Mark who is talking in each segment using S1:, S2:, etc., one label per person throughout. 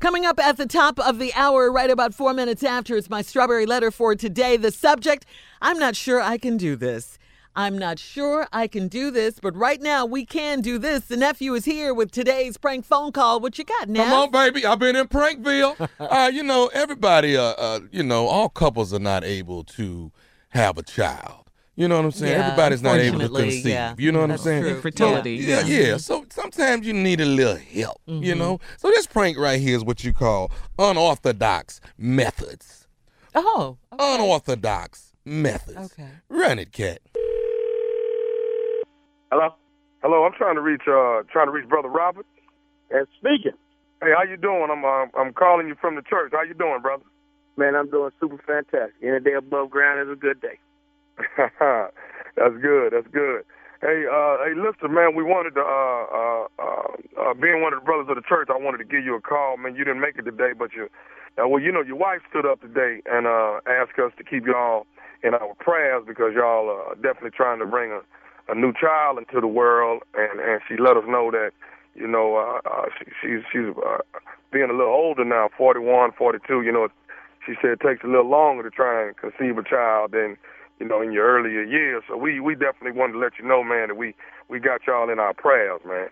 S1: Coming up at the top of the hour, right about four minutes after, is my strawberry letter for today. The subject I'm not sure I can do this. I'm not sure I can do this, but right now we can do this. The nephew is here with today's prank phone call. What you got, Neff?
S2: Come on, baby. I've been in Prankville. uh, you know, everybody, uh, uh, you know, all couples are not able to have a child. You know what I'm saying?
S1: Yeah,
S2: Everybody's not able to
S1: unfortunately,
S2: conceive.
S1: yeah.
S2: You know what
S1: That's
S2: I'm saying?
S1: true.
S3: Fertility.
S2: Yeah, yeah, So sometimes you need a little help, you
S1: Mm-hmm.
S2: know? So this prank right here is what you call unorthodox methods.
S1: Oh,
S2: Unorthodox methods.
S1: Okay.
S2: Run it, cat.
S4: Hello. Hello, I'm trying to reach uh trying to reach brother Robert.
S5: And speaking,
S4: Hey, how you doing? I'm uh, I'm calling you from the church. How you doing, brother?
S5: man, I'm doing super fantastic. Any day above ground is a good day.
S4: that's good. That's good. Hey, uh hey, listen, man, we wanted to uh, uh uh uh being one of the brothers of the church, I wanted to give you a call, man. You didn't make it today, but you uh, well, you know, your wife stood up today and uh asked us to keep y'all in our prayers because y'all are definitely trying to bring a a new child into the world, and and she let us know that you know uh, uh, she, she's she's uh, being a little older now, 41, 42. You know, she said it takes a little longer to try and conceive a child than you know in your earlier years. So we we definitely wanted to let you know, man, that we we got y'all in our prayers, man.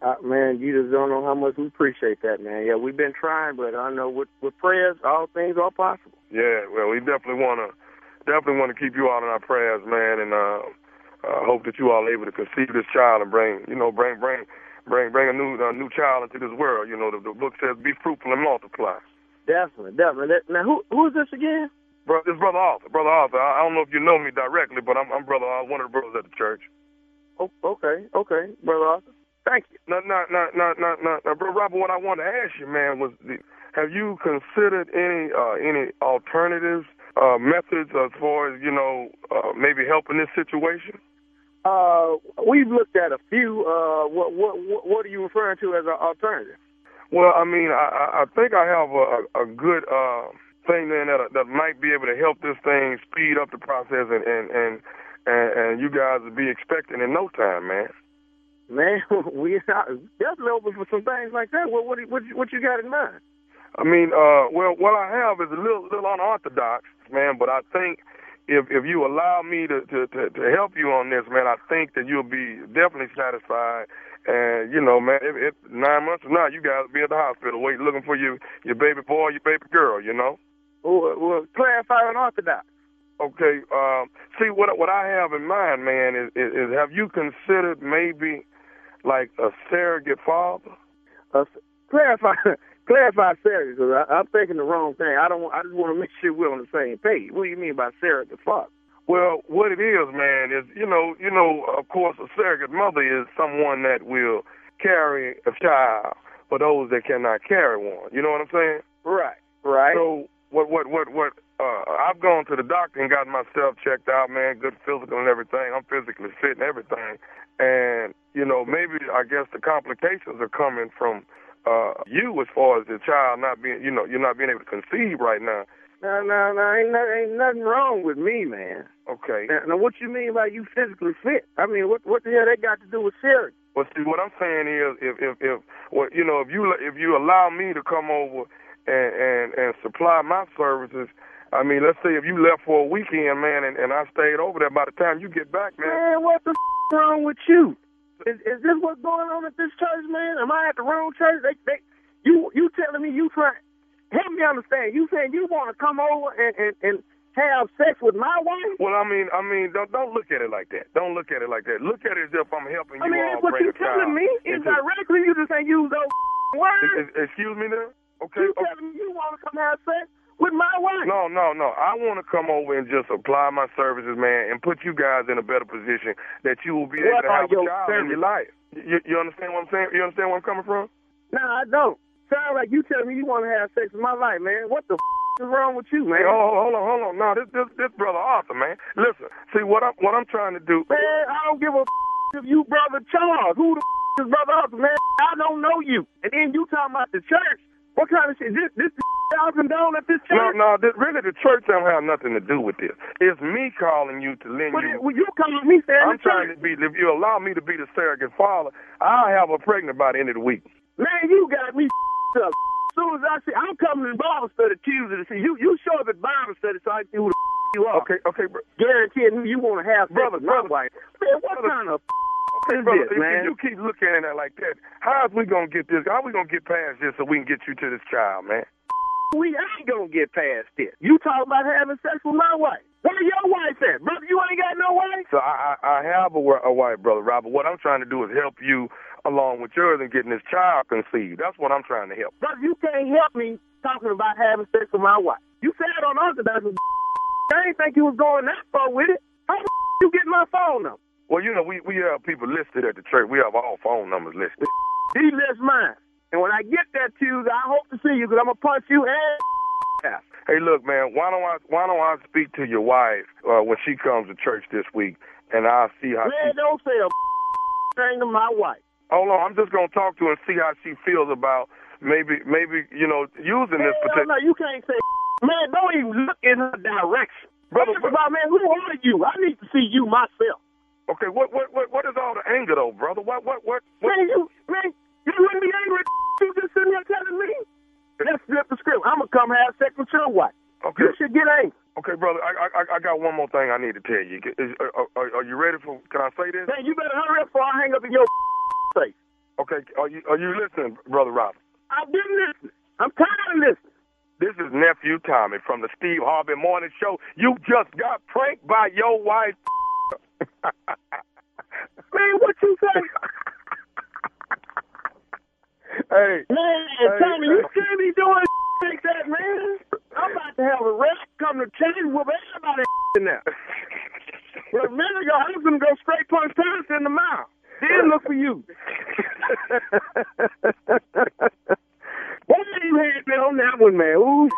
S5: Uh, man, you just don't know how much we appreciate that, man. Yeah, we've been trying, but I know with with prayers, all things are possible.
S4: Yeah, well, we definitely want to definitely want to keep you all in our prayers, man, and uh, uh, hope that you all are able to conceive this child and bring, you know, bring bring bring bring a new a new child into this world. You know, the, the book says, "Be fruitful and multiply."
S5: Definitely, definitely. That- Now, who who is this again?
S4: Bro, this brother Arthur, brother Arthur. I, I don't know if you know me directly, but I'm, I'm brother Arthur, one of the brothers at the church.
S5: Oh, okay, okay, brother Arthur. Thank you.
S4: No, no, no, no, no, no, no, bro, Robert. What I wanted to ask you, man, was the, have you considered any uh, any alternatives, uh, methods as far as you know, uh, maybe helping this situation?
S5: Uh, we've looked at a few. Uh, what what what- what are you referring to as an alternative?
S4: Well, I mean, I, I I think I have a, a, a good uh, thing then that that might be able to help this thing speed up the process, and and and and, and you guys will be expecting in no time, man.
S5: Man, we're not definitely open for some things like that. What what what, what you got in mind?
S4: I mean, uh, well, what I have is a little, little unorthodox, man. But I think if if you allow me to to, to to help you on this, man, I think that you'll be definitely satisfied. And you know, man, if, if nine months from now you guys will be at the hospital, wait, looking for your your baby boy, your baby girl, you know.
S5: Well, well clarify an orthodox.
S4: Okay. Um, see, what what I have in mind, man, is, is is have you considered maybe like a surrogate father?
S5: uh, clarify clarify Sarah because I'm thinking the wrong thing. I don't. I just want to make sure we're on the same page. What do you mean by Sarah the father?
S4: Well, what it is, man, is you know, you know, of course, a surrogate mother is someone that will carry a child for those that cannot carry one. You know what I'm saying?
S5: Right. Right.
S4: So what what what what uh I've gone to the doctor and got myself checked out, man, good physical and everything. I'm physically fit and everything. And, you know, maybe I guess the complications are coming from uh you as far as the child not being you know, you're not being able to conceive right now.
S5: no, no, no. Ain't, no, ain't nothing wrong with me, man.
S4: Okay.
S5: Now, now, what you mean by you physically fit? I mean, what what the hell they got to do with Sarah?
S4: But see, what I'm saying is, if if if well, you know, if you if you allow me to come over and and and supply my services, I mean, let's say if you left for a weekend, man, and, and I stayed over there. By the time you get back, man,
S5: Man, what the f- wrong with you? Is, is this what's going on at this church, man? Am I at the wrong church? They, they, you, you telling me you trying? Help me understand. You saying you want to come over and, and and have sex with my wife?
S4: well, I mean, I mean, don't don't look at it like that. Don't look at it like that. Look at it as if I'm helping you
S5: I mean,
S4: all
S5: that's what
S4: bring
S5: you
S4: a child
S5: telling me
S4: into-
S5: indirectly. You just ain't use those f-
S4: e-
S5: words.
S4: e- Excuse me, now. Okay.
S5: You
S4: okay.
S5: telling me you want to come have sex with my wife?
S4: No, no, no. I want to come over and just apply my services, man, and put you guys in a better position that you will be
S5: What
S4: able to
S5: are
S4: have a
S5: your
S4: child in your life. You, you understand what I'm saying? You understand where I'm coming from?
S5: No, I don't. Sound like you telling me you want to have sex with my wife, man? What the f- is wrong with you, man?
S4: Hey, hold, hold on, hold on. No, this, this, this brother Arthur, man. Listen, see what I'm, what I'm trying to do.
S5: Man, I don't give a if you brother Charles. Who the is brother Arthur, man? I don't know you. And then you talking about the church. What kind of shit? This this y'all condone at this
S4: No,
S5: church?
S4: no, this, really, the church don't have nothing to do with this. It's me calling you to lend
S5: But
S4: you.
S5: it- well, you come to me saying
S4: I'm
S5: the church.
S4: trying to be. If you allow me to be the surrogate father, I'll have her pregnant by the end of the week.
S5: Man, you got me up. soon as I see, I'm coming to Bible study Tuesday to see you. You show up at Bible study so I can see who the f- you are.
S4: Okay, okay, bro.
S5: Guaranteeing you want to have sex with
S4: Brother,
S5: my
S4: brother.
S5: wife. Man, what
S4: Brother.
S5: kind of
S4: Okay,
S5: is
S4: brother,
S5: this,
S4: if, if
S5: man?
S4: you keep looking at it like that, how's we gonna get this? How we gonna get past this so we can get you to this child, man?
S5: We ain't gonna get past this. You talk about having sex with my wife. Where your wife at, brother? You ain't got no wife.
S4: So I, I, I have a, wi- a wife, brother Robert. What I'm trying to do is help you along with yours and getting this child conceived. That's what I'm trying to help.
S5: Brother, you can't help me talking about having sex with my wife. You said on Orthodox, I didn't think you was going that far with it. How the you get my phone number?
S4: Well, you know, we, we have people listed at the church. We have all phone numbers listed.
S5: Delist mine. And when I get there Tuesday, I hope to see you because I'm gonna punch you and ass.
S4: Hey, look, man, why don't I why don't I speak to your wife uh, when she comes to church this week, and I'll see how.
S5: Man,
S4: She,
S5: don't say a thing to my wife.
S4: hold on, I'm just gonna talk to her and see how she feels about maybe maybe you know using this
S5: Hell no,
S4: particular.
S5: you can't say. Man, don't even look in her direction.
S4: Brother,
S5: Think about, man, who are you? I need to see you myself.
S4: Okay, what what what what is all the anger though, brother? What what what? what
S5: Man, you, man, you wouldn't be angry at you just sitting there telling me. Let's flip the script. I'm gonna come have sex with your wife.
S4: okay,
S5: You should get angry.
S4: okay, brother. I I- I I got one more thing I need to tell you. Is, are, are, are you ready for? Can I say this?
S5: Man, you better hurry up before I hang up in your face.
S4: Okay, are you are you listening, brother Robert?
S5: I didn't listen. I'm tired of listening.
S4: This is nephew Tommy from the Steve Harvey Morning Show. You just got pranked by your wife.
S5: Man, what you say?
S4: hey,
S5: Man, Tommy, you shouldn't be doing like that, man. I'm about to have a rest come to change with everybody in there. Well, a minute ago, I was gonna go straight punch Thomas in the mouth. Then look for you. Why did you have that on that one, man? Ooh,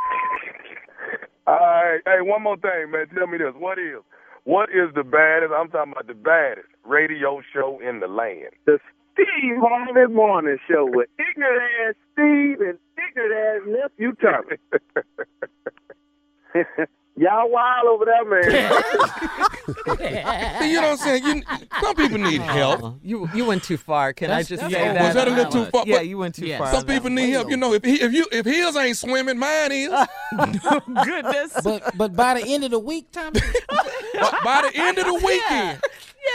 S4: All right, hey, one more thing, man. Tell me this: what is what is the baddest? I'm talking about the baddest radio show in the land.
S5: the Steve Harvey Morning Show with ignorant ass Steve and ignorant ass nephew Tommy. Y'all wild over there, man.
S2: See, you know what I'm saying? You, some people need help. Oh,
S1: Oh, you you went too far. Can I
S3: That's-
S1: just
S3: that's
S1: say
S3: all.
S1: that?
S2: Was that a little too far?
S1: Yeah,
S2: But
S1: you went too
S3: Yes.
S1: far.
S2: Some
S1: on that
S2: people
S1: one.
S2: need help. You know, if he, if you if his ain't swimming, mine is.
S1: Goodness.
S3: But but by the end of the week, Tommy,
S2: by, by the end of the weekend,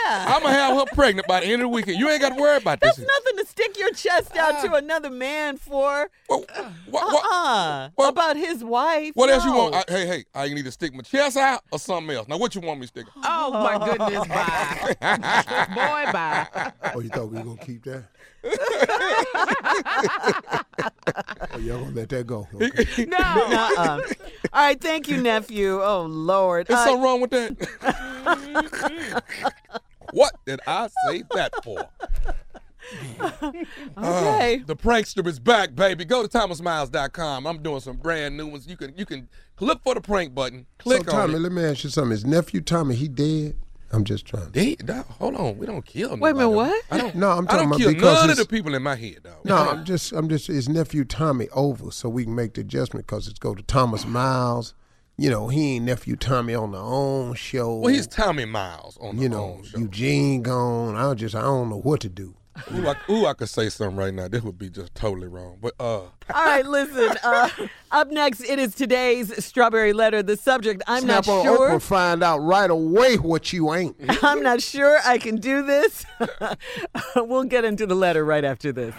S1: yeah.
S2: I'm gonna have her pregnant by the end of the weekend. You ain't got to worry about this.
S1: That's nothing to stick your chest out to another man for.
S2: Well, what, Ah. what,
S1: Uh-uh.
S2: what-
S1: About his wife.
S2: what else you
S1: No.
S2: want? I, hey, hey, I either need to stick my chest out or something else. Now, what you want me to stick?
S3: oh my goodness, bye, boy, bye.
S6: Oh, you thought we were gonna keep that? oh, y'all gonna let that go? Okay.
S3: No,
S1: Nuh-uh. All right, thank you, nephew. Oh Lord.
S2: There's
S1: Uh,
S2: something wrong with that. what did I say that for?
S1: okay.
S2: The prankster is back, baby. Go to thomasmiles.com. I'm doing some brand new ones. You can you can click for the prank button.
S6: So,
S2: Click on
S6: Tommy,
S2: it.
S6: let me ask you something. Is nephew Tommy he dead? I'm just trying. To,
S2: They- dog, hold on, we don't kill.
S1: Wait a minute,
S2: nobody.
S1: what?
S2: I don't.
S6: No, I'm
S2: I
S6: talking
S2: don't
S6: about
S2: kill
S6: because
S2: none of the
S6: it's-
S2: people in my head, dog.
S6: no, I'm just, I'm just. Is nephew Tommy over? So we can make the adjustment because it's go to Thomas Miles. You know, he ain't nephew Tommy on the own show.
S2: Well, he's Tommy Miles on the
S6: you know
S2: own show.
S6: Eugene gone. I just, I don't know what to do.
S2: Ooh I, ooh, I could say something right now. This would be just totally wrong. But uh,
S1: All right, listen. Uh, up next, it is today's strawberry letter. The subject: I'm
S6: Snap
S1: not
S6: on
S1: sure.
S6: Oprah, find out right away what you ain't.
S1: I'm not sure I can do this. we'll get into the letter right after this.